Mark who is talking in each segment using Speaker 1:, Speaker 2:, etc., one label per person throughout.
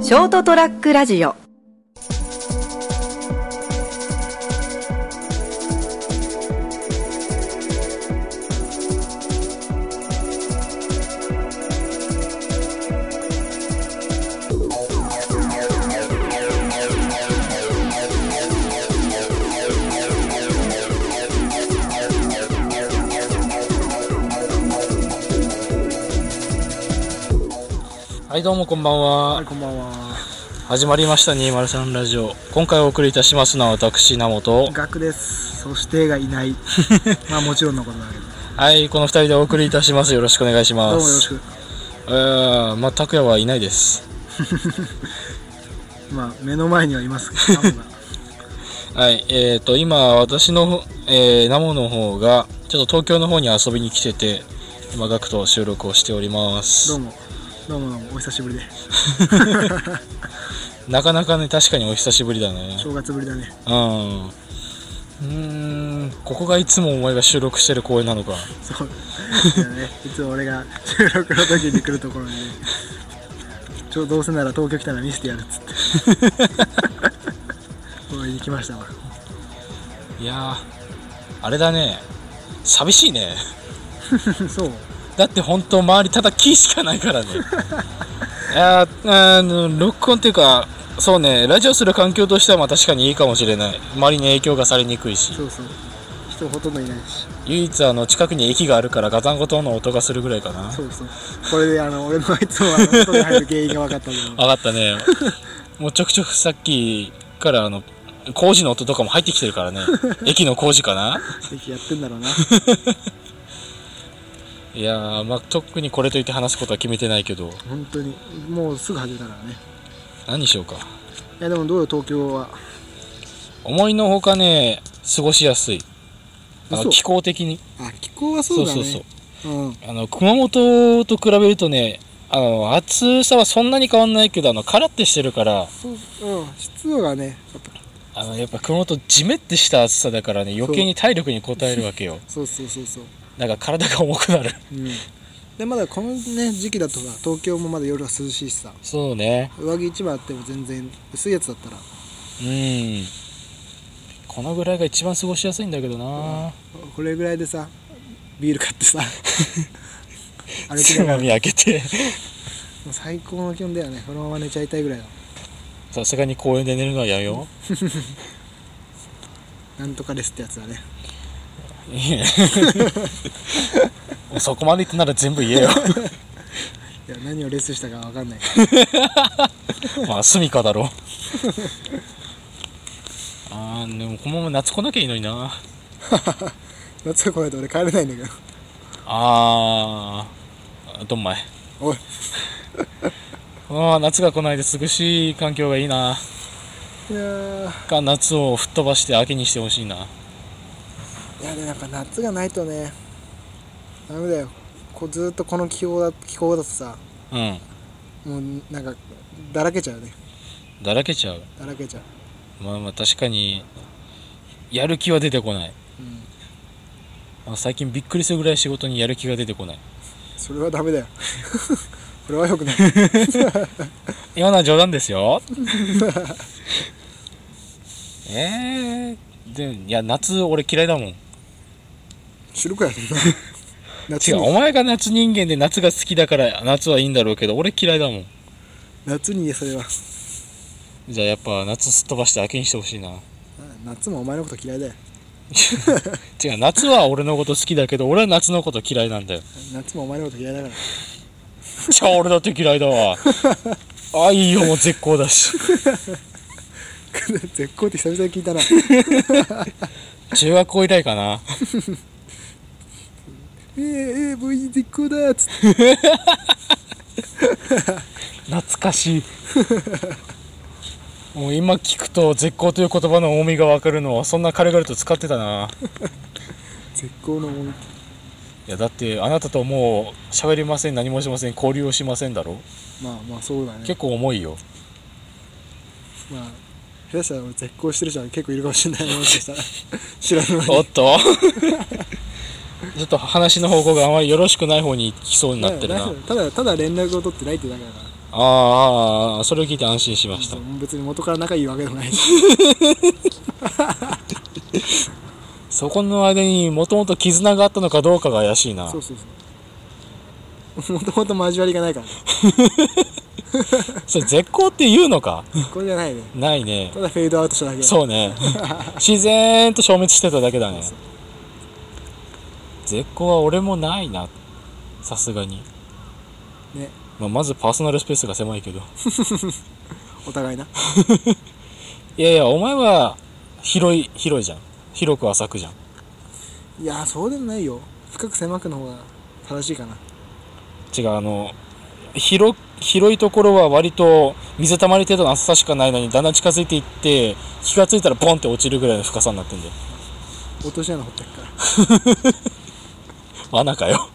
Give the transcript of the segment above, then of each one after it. Speaker 1: ショートトラックラジオ
Speaker 2: はいどうもこんばんは、
Speaker 3: はい、こんばんは。
Speaker 2: 始まりました203ラジオ今回お送りいたしますのは私名本
Speaker 3: ガクです。そしてがいない。まあもちろんのことだけど。
Speaker 2: はいこの2人でお送りいたしますよろしくお願いし
Speaker 3: どう
Speaker 2: ま
Speaker 3: もよろし
Speaker 2: す
Speaker 3: く。
Speaker 2: うーんまあ拓也はいないです
Speaker 3: まあ目の前にはいますけど、ナモ
Speaker 2: はいえー、と今私の、えー、名本の方がちょっと東京の方に遊びに来てて今ガクと収録をしておりま
Speaker 3: がどう
Speaker 2: す
Speaker 3: も。どうもどうも、お久しぶりで。
Speaker 2: なかなかね確かにお久しぶりだね
Speaker 3: 正月ぶりだね。
Speaker 2: うんうーんここがいつもお前が収録してる公園なのか
Speaker 3: そう。だね。いつも俺が収録の時に来るところにね。ちょうどどうせなら東京来たら見せてやるっつって。応援に来ましたわ。
Speaker 2: いやーあれだね寂しいね
Speaker 3: そう。
Speaker 2: だって本当周りただ木しかないからね いやーあの録音っていうかそうねラジオする環境としてはまあ確かにいいかもしれない周りに影響がされにくいし
Speaker 3: そうそう。人ほとんどいないし。
Speaker 2: 唯一あの近くに駅があるからガタンゴトンの音がするぐらいかな
Speaker 3: そうそう。これであの、俺のいつもあの、外に入る原因が分かったんだけ
Speaker 2: 分。
Speaker 3: ど
Speaker 2: かった ねもうちょくちょくさっきからあの工事の音とかも入ってきてるから ね駅の工事かな
Speaker 3: 席やってんだろうな。
Speaker 2: いやーまあ特にこれといって話すことは決めてないけど
Speaker 3: 本当にもうすぐ始めたからね
Speaker 2: 何しようか
Speaker 3: いやでもどうよ東京は
Speaker 2: 思いのほかね過ごしやすいあの
Speaker 3: 嘘
Speaker 2: 気候的に
Speaker 3: あ気候は
Speaker 2: そうそうそう
Speaker 3: うん
Speaker 2: あの熊本と比べるとねあの暑さはそんなに変わんないけどあのカラッてしてるから
Speaker 3: そう、うん、湿度がねやっぱ
Speaker 2: あのやっぱ熊本ジメってした暑さだからね余計に体力に応えるわけ よ
Speaker 3: そうそうそうそう
Speaker 2: だから体が重くなる
Speaker 3: うんでまだこのね時期だとさ東京もまだ夜は涼しいしさ
Speaker 2: そうね
Speaker 3: 上着一枚あっても全然薄いやつだったら
Speaker 2: うんこのぐらいが一番過ごしやすいんだけどな
Speaker 3: これぐらいでさビール買って さ歩き
Speaker 2: つ
Speaker 3: なが
Speaker 2: ま
Speaker 3: らも
Speaker 2: み開けて
Speaker 3: う最高の気温だよねこのまま寝ちゃいたいぐらいの
Speaker 2: さすがに公園で寝るのはやめ よ
Speaker 3: なんとかですってやつだね
Speaker 2: ういやそこまで言ってなら全部言えよ
Speaker 3: いや何をレスしたかわか んないから
Speaker 2: まあ住処だ ろあーでもこのまま夏来なきゃいいのにな
Speaker 3: 夏が来ないと俺帰れないんだけど
Speaker 2: あーどんまい
Speaker 3: おい
Speaker 2: ああ夏が来ないで涼しい環境がいいない
Speaker 3: やー
Speaker 2: か夏を吹っ飛ばして秋にしてほしいない
Speaker 3: やでもやっぱ夏がないとねダメだよこうずーっとこの気候だ気候だとさ
Speaker 2: うん
Speaker 3: もうなんかだらけちゃうね
Speaker 2: だらけちゃう
Speaker 3: だらけちゃう
Speaker 2: まあまあ確かにやる気は出てこない
Speaker 3: うん
Speaker 2: あ最近びっくりするぐらい仕事にやる気が出てこない
Speaker 3: それはダメだよ これはよくない
Speaker 2: 今のは冗談ですよえー、でいや夏俺嫌いだもん
Speaker 3: 白くやるな夏
Speaker 2: 違う
Speaker 3: に
Speaker 2: お前が夏人間で夏が好きだから夏はいいんだろうけど俺嫌いだもん
Speaker 3: 夏にねそれは
Speaker 2: じゃあやっぱ夏すっ飛ばして秋にしてほしいな
Speaker 3: 夏もお前のこと嫌いだよ
Speaker 2: 違う夏は俺のこと好きだけど俺は夏のこと嫌いなんだよ
Speaker 3: 夏もお前のこと嫌いだから
Speaker 2: じゃあ俺だって嫌いだわあいいよもう絶好だし
Speaker 3: 絶好って久々に聞い たな
Speaker 2: 中学校以来かな
Speaker 3: えー、えー、もういい絶好だーっつって
Speaker 2: 懐かしいもう今聞くと絶好という言葉の重みが分かるのはそんな軽々と使ってたな
Speaker 3: 絶好の思い
Speaker 2: いやだってあなたともう喋りません何もしません交流をしませんだろ
Speaker 3: まあまあそうだね
Speaker 2: 結構重いよ
Speaker 3: まあ下手したら俺絶好してる人は結構いるかもしれないもしかしたら 知らない
Speaker 2: おっと ちょっと話の方向があまりよろしくない方に行きそうになってるな
Speaker 3: ただただ連絡を取ってないってだけだから
Speaker 2: あーあー、それを聞いて安心しました。
Speaker 3: 別に元から仲いいわけでもないし
Speaker 2: そこの間にもともと絆があったのかどうかが怪しいな
Speaker 3: そ。うそうそうもともと交わりがないからね
Speaker 2: それ絶好って言うのか
Speaker 3: これじゃないね
Speaker 2: ないね。
Speaker 3: ただフェードアウトしただけう
Speaker 2: そうね。自然と消滅してただけだね
Speaker 3: そう。
Speaker 2: 絶好は俺もないな。さすがに。
Speaker 3: ね
Speaker 2: まあ、まずパーソナルスペースが狭いけど。
Speaker 3: お互いない
Speaker 2: やいや、お前は広い、広いじゃん。広く浅くじゃん。
Speaker 3: いやーそうでもないよ深く狭くの方が正しいかな
Speaker 2: 違う、あの、広、広いところは割と水たまり程度の浅さしかないのに、だんだん近づいていって、気がついたらボンって落ちるぐらいの深さになってんだよ。
Speaker 3: 落とし穴掘ってっから
Speaker 2: 穴かよ。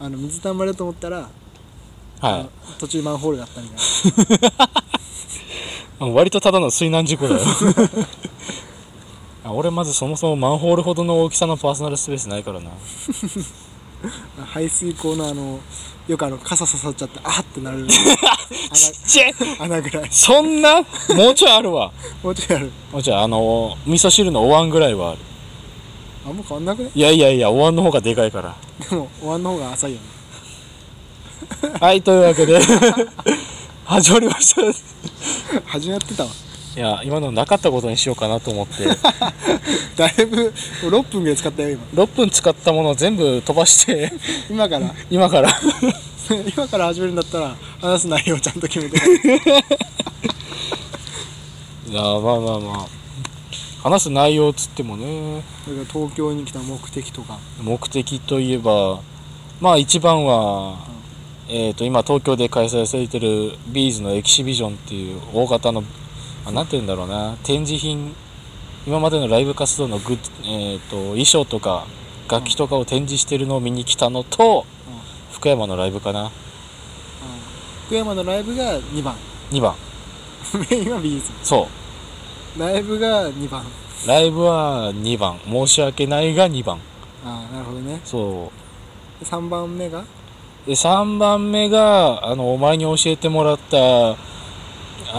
Speaker 3: あの水たまりだと思ったら、
Speaker 2: はい。
Speaker 3: 途中マンホールだったみたいな
Speaker 2: 割とただの水難事故だよ あ俺まずそもそもマンホールほどの大きさのパーソナルスペースないからな
Speaker 3: あ排水口のあのよくあの傘刺さっちゃってあーって なる
Speaker 2: ちっちゃい
Speaker 3: 穴ぐらい
Speaker 2: そんなもうちょいあるわ
Speaker 3: もうちょいある
Speaker 2: もうちょいあの味噌汁のお椀ぐらいはある
Speaker 3: あんま変わんなくね
Speaker 2: いやいやいやお椀の方がでかいから
Speaker 3: でもお椀の方が浅いよね
Speaker 2: はいというわけで始まりましたい
Speaker 3: 始まってたわ
Speaker 2: や今のなかったことにしようかなと思って
Speaker 3: だいぶ6分ぐらい使ったよ今
Speaker 2: 6分使ったものを全部飛ばして
Speaker 3: 今から
Speaker 2: 今から
Speaker 3: 今から始めるんだったら話す内容ちゃんと決めて
Speaker 2: いやまあまあまあ話す内容つってもね
Speaker 3: 東京に来た目的とか
Speaker 2: 目的といえばまあ一番は、えー、と今東京で開催されてるビーズのエキシビジョンっていう大型のあなんて言うんだろうな展示品今までのライブ活動のグッズ、えー、と衣装とか楽器とかを展示してるのを見に来たのと、福山のライブかな
Speaker 3: 福山のライブが2番
Speaker 2: 2番
Speaker 3: メインはビーズ
Speaker 2: そ
Speaker 3: ライブが2番
Speaker 2: うライブは2番申し訳ないが2番
Speaker 3: ああなるほどね
Speaker 2: そう
Speaker 3: 3番目が
Speaker 2: で3番目があのお前に教えてもらったあ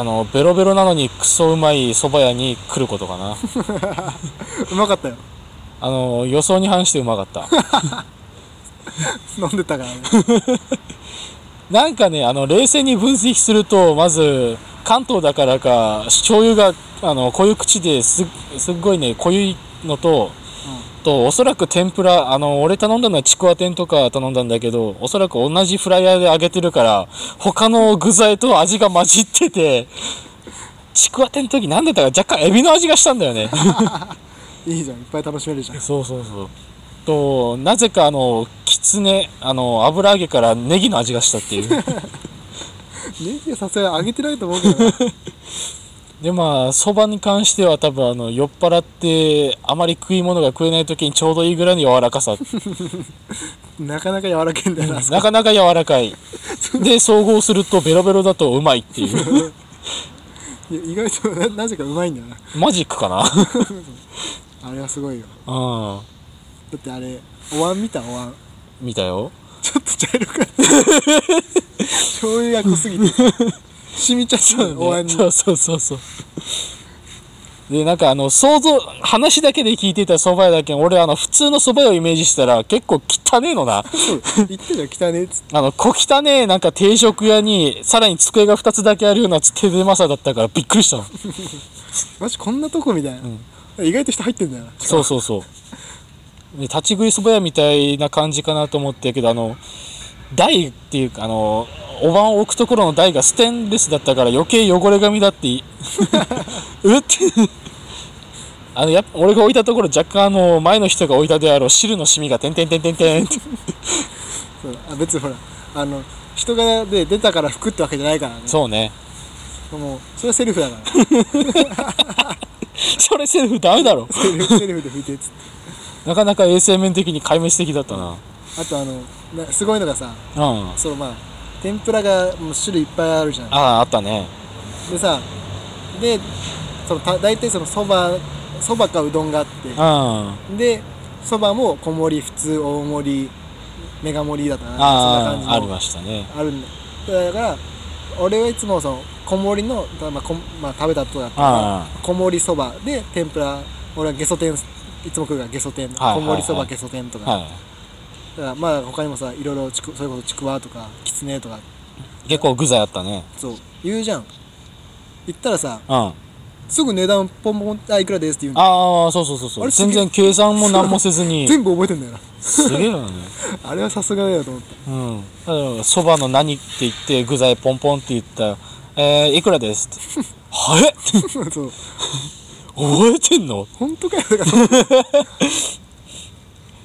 Speaker 2: のベロベロなのにクソうまい蕎麦屋に来ることかな
Speaker 3: うまかったよ
Speaker 2: あの予想に反してうまかった
Speaker 3: 飲んで たからね
Speaker 2: なんかねあの冷静に分析するとまず関東だからか醤油があの濃ゆ口ですすっごいね濃ゆいのと、とおそらく天ぷらあの俺頼んだのはちくわ天とか頼んだんだけどおそらく同じフライヤーで揚げてるから他の具材と味が混じっててちくわ天の時なんだったか若干エビの味がしたんだよね
Speaker 3: いいじゃんいっぱい楽しめるじゃん
Speaker 2: そうそうそうとなぜかあのきつねあの油揚げからネギの味がしたっていう
Speaker 3: ネギはさすがに上げてないと思うけどな
Speaker 2: でまあそばに関しては多分あの酔っ払ってあまり食い物が食えない時にちょうどいいぐらいの柔らかさ
Speaker 3: な かなか柔らけんだよな
Speaker 2: なかなか柔らかいで総合するとベロベロだとうまいっていう
Speaker 3: いや意外とななぜかうまいんだよな
Speaker 2: マジックかな
Speaker 3: あれはすごいよ
Speaker 2: うん
Speaker 3: だってあれお椀見たお椀
Speaker 2: 見たよ
Speaker 3: ちょっと茶色かった醤油が濃すぎ て染みちゃったのお椀に
Speaker 2: そうそうそうそうでなんかあの想像話だけで聞いてた蕎麦屋だけど俺あの普通の蕎麦屋をイメージしたら結構汚ねえのな
Speaker 3: そう言ってたよ汚ねえっつって
Speaker 2: あの、小汚ねえ、なんか定食屋に、さらに机が2つだけあるような手狭さだったからびっくりしたの。
Speaker 3: マジこんなとこみたいな、意外と人入ってんだよな
Speaker 2: そうそうそう。で立ち食いそば屋みたいな感じかなと思ってるけど、あの、台っていうか、あの、お椀を置くところの台がステンレスだったから余計汚れ髪だって い、うって。あの、やっぱ俺が置いたところ若干あの、前の人が置いたであろう汁の染みがてんてんてんてんてんって。
Speaker 3: そうあ別にほらあの人がで出たから服ってわけじゃないからね
Speaker 2: そうね。
Speaker 3: もうそれはセルフだから
Speaker 2: それセルフダメだろ。
Speaker 3: セルフセルフで拭いてっつって
Speaker 2: なかなか衛生面的に壊滅的だったな。
Speaker 3: あとあのなすごいのがさ
Speaker 2: うん。
Speaker 3: そのまあ天ぷらがもう種類いっぱいあるじゃん
Speaker 2: あああったね
Speaker 3: でさでそのた大体そのそばそばかうどんがあっ
Speaker 2: うんあ
Speaker 3: てでそばも小盛り普通大盛りメガ盛りだったかなそんな
Speaker 2: あ
Speaker 3: 感じの
Speaker 2: ありましたね
Speaker 3: あるんだだから俺はいつもその小盛りの、たまあこんまあ、食べたとだった
Speaker 2: あ
Speaker 3: ら小盛りそばで天ぷら俺はゲソ天いつも食うからゲソ天、
Speaker 2: はいはい
Speaker 3: 小盛りそばゲソ天とか,、
Speaker 2: は
Speaker 3: だからまあ他にもさいろいろちくそれこそちくわとかきつねとか
Speaker 2: い。結構具材あったね。
Speaker 3: そう言うじゃん言ったらさ
Speaker 2: うん。あ
Speaker 3: すぐ値段ポンポンあいくらですって言うんだ
Speaker 2: あ、そうそうそうそ
Speaker 3: あ
Speaker 2: う。
Speaker 3: れすげ
Speaker 2: 全
Speaker 3: え
Speaker 2: 然計算も何もせずに。
Speaker 3: 全部覚えてんだよな
Speaker 2: すげえよね。
Speaker 3: あれはさすがだよと思って
Speaker 2: うん。そばの何って言って、具材ポンポンって言ったら、えー、いくらですって。はえ
Speaker 3: そう
Speaker 2: 覚えてんの
Speaker 3: 本当かよだ から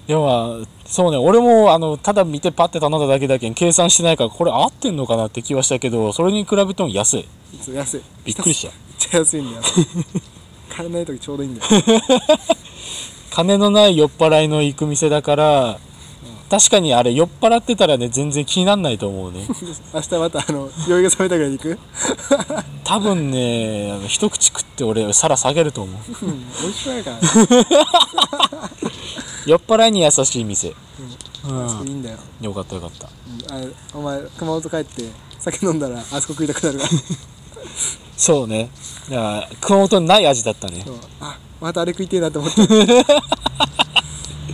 Speaker 2: でもまあ、そうね、俺も、あの、ただ見てパッて頼んだだけだけん、計算してないから、これ合ってんのかなって気はしたけど、それに比べても安い。
Speaker 3: そう安い
Speaker 2: びっくりした。
Speaker 3: めっちゃ安いん だよ買えない時ちょうどいいんだよ
Speaker 2: 金のない酔っ払いの行く店だから、確かにあれ酔っ払ってたらね全然気になんないと思うね
Speaker 3: 明日またあの酔いが覚めたぐらいに行く
Speaker 2: 多分ねあの一口食って俺皿下げると思う
Speaker 3: うん美味しくないから、
Speaker 2: 酔っ払いに優しい店うん、
Speaker 3: いいんだよ、
Speaker 2: よかったよかった
Speaker 3: うんあれお前熊本帰って酒飲んだらあそこ食いたくなるからそ
Speaker 2: そうねだから熊本にない味だったね
Speaker 3: うあまたあれ食いてえなと思って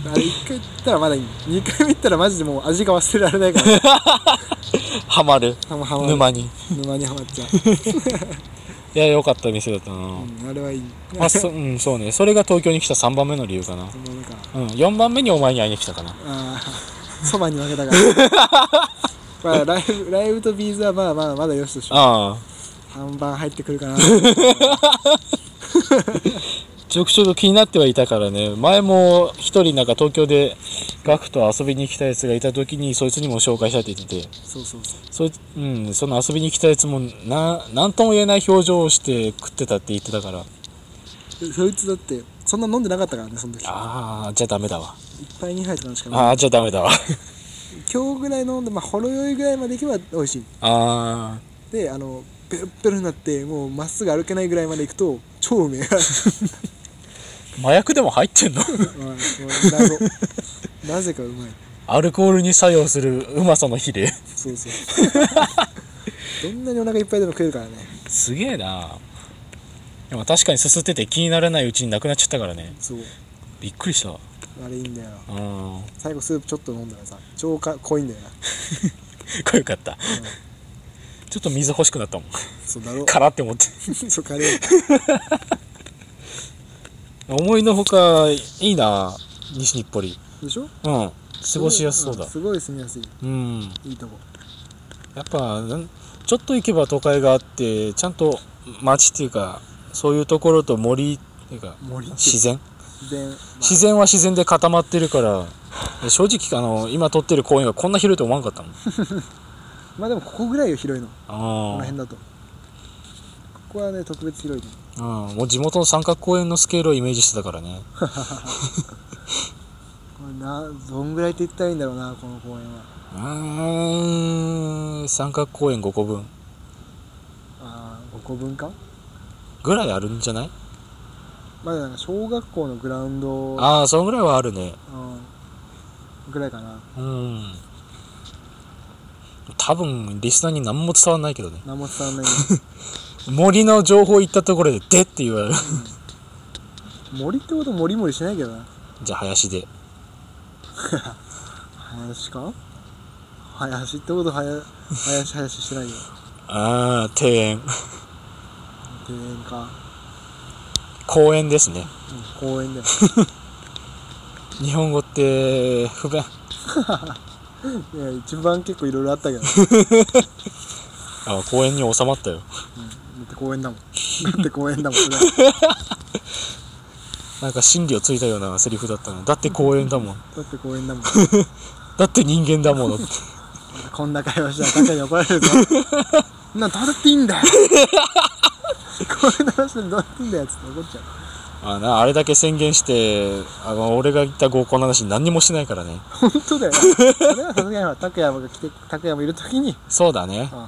Speaker 3: あれ1回行ったらまだいい2回目行ったらマジでもう味が忘れられないから
Speaker 2: ハマる
Speaker 3: はまはまる
Speaker 2: 沼に
Speaker 3: 沼にはまっちゃう、
Speaker 2: いやよかった店だったな、
Speaker 3: うん、あれはいい
Speaker 2: あそうん、そうねそれが東京に来た3番目の理由かな、
Speaker 3: もうなんか
Speaker 2: うん、4番目にお前に会いに来たかな
Speaker 3: ああそばに負けたから まあライブライブとビーズはまあまあまだよしとしよ
Speaker 2: ああ
Speaker 3: う半番入ってくるかな
Speaker 2: ちょくちょく気になってはいたからね前も一人なんか東京でガクと遊びに来たやつがいた時にそいつにも紹介したって言ってて
Speaker 3: そうそうそう
Speaker 2: そいつ、うん、その遊びに来たやつもななんとも言えない表情をして食ってたって言ってたから
Speaker 3: でそいつだってそんな飲んでなかったからねその時いっ
Speaker 2: ああじゃあダメだわ
Speaker 3: ぱい2杯とかしか飲んで
Speaker 2: ああじゃあダメだわ
Speaker 3: 今日ぐらい飲んでまあほろ酔いぐらいまでいけば美味しい
Speaker 2: あ
Speaker 3: であのベロッベロになってもうまっすぐ歩けないぐらいまで行くと超 うめえ
Speaker 2: あ麻薬でも入ってんの
Speaker 3: うんもう謎 なぜかうまい
Speaker 2: アルコールに作用するうまさの比例
Speaker 3: そうそう どんなにお腹いっぱいでも食えるからね
Speaker 2: すげえなでも確かにすすってて気にならないうちになくなっちゃったからね
Speaker 3: そう
Speaker 2: びっくりしたわ
Speaker 3: あれいいんだよ
Speaker 2: う
Speaker 3: な
Speaker 2: ん
Speaker 3: 最後スープちょっと飲んだらさ超か濃いんだよな
Speaker 2: これよかった、ちょっと水欲しくなったもん
Speaker 3: そうだろう
Speaker 2: からって思って
Speaker 3: そうカレー
Speaker 2: 思いのほかいいな西日暮里
Speaker 3: でしょ
Speaker 2: うん過ごしやすそうだ
Speaker 3: んすごい住みやすい
Speaker 2: うん
Speaker 3: いいとこ
Speaker 2: やっぱなんちょっと行けば都会があってちゃんと街っていうかそういうところと森っていうか
Speaker 3: 森って
Speaker 2: 自然
Speaker 3: 自然、まあ
Speaker 2: 自然は自然で固まってるから正直あの今撮ってる公園がこんな広いと思わんかったもん
Speaker 3: まあでもここぐらいよ広いの この
Speaker 2: あ
Speaker 3: 辺だとここはね特別広いと思
Speaker 2: あうんもう地元の三角公園のスケールをイメージしてたからね
Speaker 3: うこれなどんぐらいって言ったらいいんだろうなこの公園は
Speaker 2: うーん三角公園5個分
Speaker 3: ああ5個分か
Speaker 2: ぐらいあるんじゃない
Speaker 3: まだなんか小学校のグラウンド、
Speaker 2: ああそのぐらいはあるね
Speaker 3: うん、ぐらいかな
Speaker 2: うん多分リスナーに何も伝わんないけどね
Speaker 3: 何も伝わんない
Speaker 2: 森の情報言ったところで「で」って言われる
Speaker 3: の森ってこと森森しないけどな
Speaker 2: じゃあ林で
Speaker 3: 林か林ってことはや林林してないよ
Speaker 2: ああ庭園
Speaker 3: 庭園か、
Speaker 2: 公園ですね
Speaker 3: うん、公園だよ
Speaker 2: 日本語って不便
Speaker 3: いや一番結構いろいろあったけど、だ
Speaker 2: あ公園に収まったよ
Speaker 3: って公園だもんだって公園だもんそれは
Speaker 2: なんか真理をついたようなセリフだったなだって公園だもん
Speaker 3: だって公園だもん
Speaker 2: だって人間だものって
Speaker 3: こんな会話したら確かに怒られるぞそんな誰っていいんだよ公園の話でどうやっていいんだよっつって怒っちゃう
Speaker 2: あなあれだけ宣言してあの俺が言った合コンの話何にもしてないからね
Speaker 3: 本当だよなそれはさすがにほら拓哉が来て拓哉もいる時に
Speaker 2: そうだね
Speaker 3: あ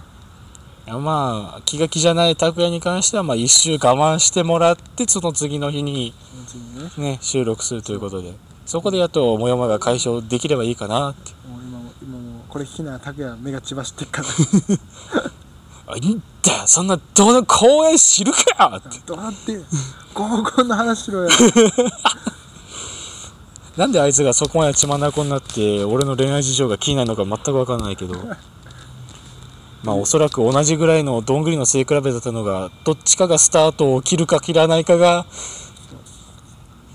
Speaker 2: いやまあ気が気じゃない拓哉に関してはまあ一周我慢してもらってその次の日に
Speaker 3: 別にね
Speaker 2: ね収録するということでそこでやっとモヤモヤが解消できればいいかなって
Speaker 3: もう今も今もうここれ聞きながら拓也目が血走ってっから
Speaker 2: あいいんだよそんなどの公園知るかって
Speaker 3: どうやって合コンの話しろよ
Speaker 2: なんであいつがそこまで血まなこになって俺の恋愛事情が気になるのか全く分からないけどまあおそらく同じぐらいのどんぐりの背比べだったのがどっちかがスタートを切るか切らないかが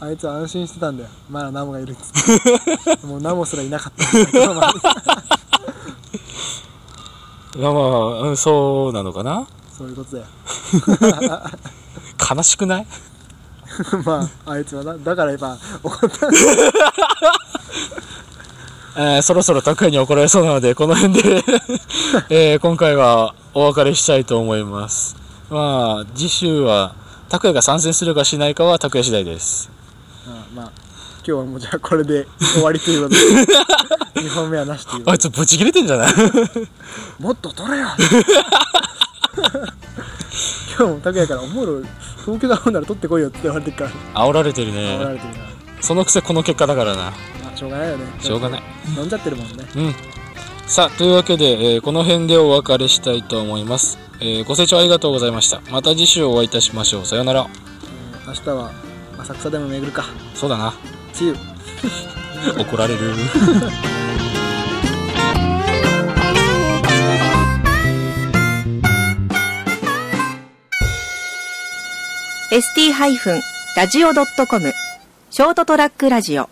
Speaker 3: あいつは安心してたんだよまだナモがいるっつってもうナモすらいなかった
Speaker 2: まあまあうんそうなのかな
Speaker 3: そういうことだよ
Speaker 2: 悲しくない
Speaker 3: まああいつはなだから今怒った
Speaker 2: えーそろそろ拓也に怒られそうなので、この辺で、えー今回はお別れしたいと思います。まあ、次週は、拓也が参戦するかしないかは拓也次第です。
Speaker 3: あまあ今日はもうじゃあこれで終わりということで 2本目はなしという
Speaker 2: あいつブチ切れてんじゃない
Speaker 3: もっと取れよ 今日も拓也から「おもろい東京だもんなら取ってこいよ」って言われてっから
Speaker 2: 煽られてる
Speaker 3: 怒ら
Speaker 2: ね。
Speaker 3: れてるか
Speaker 2: そのくせこの結果だからな。
Speaker 3: らまあしょうがないよね
Speaker 2: しょうがない
Speaker 3: 飲んじゃってるもんね
Speaker 2: うん。さあ、というわけで、えーこの辺でお別れしたいと思います。えーご清聴ありがとうございました。また次週お会いいたしましょう。さようなら。
Speaker 3: うん明日は浅草でも巡るか
Speaker 2: そうだな。
Speaker 3: チー
Speaker 2: 怒られる。
Speaker 1: ST-radio.com ショートトラックラジオ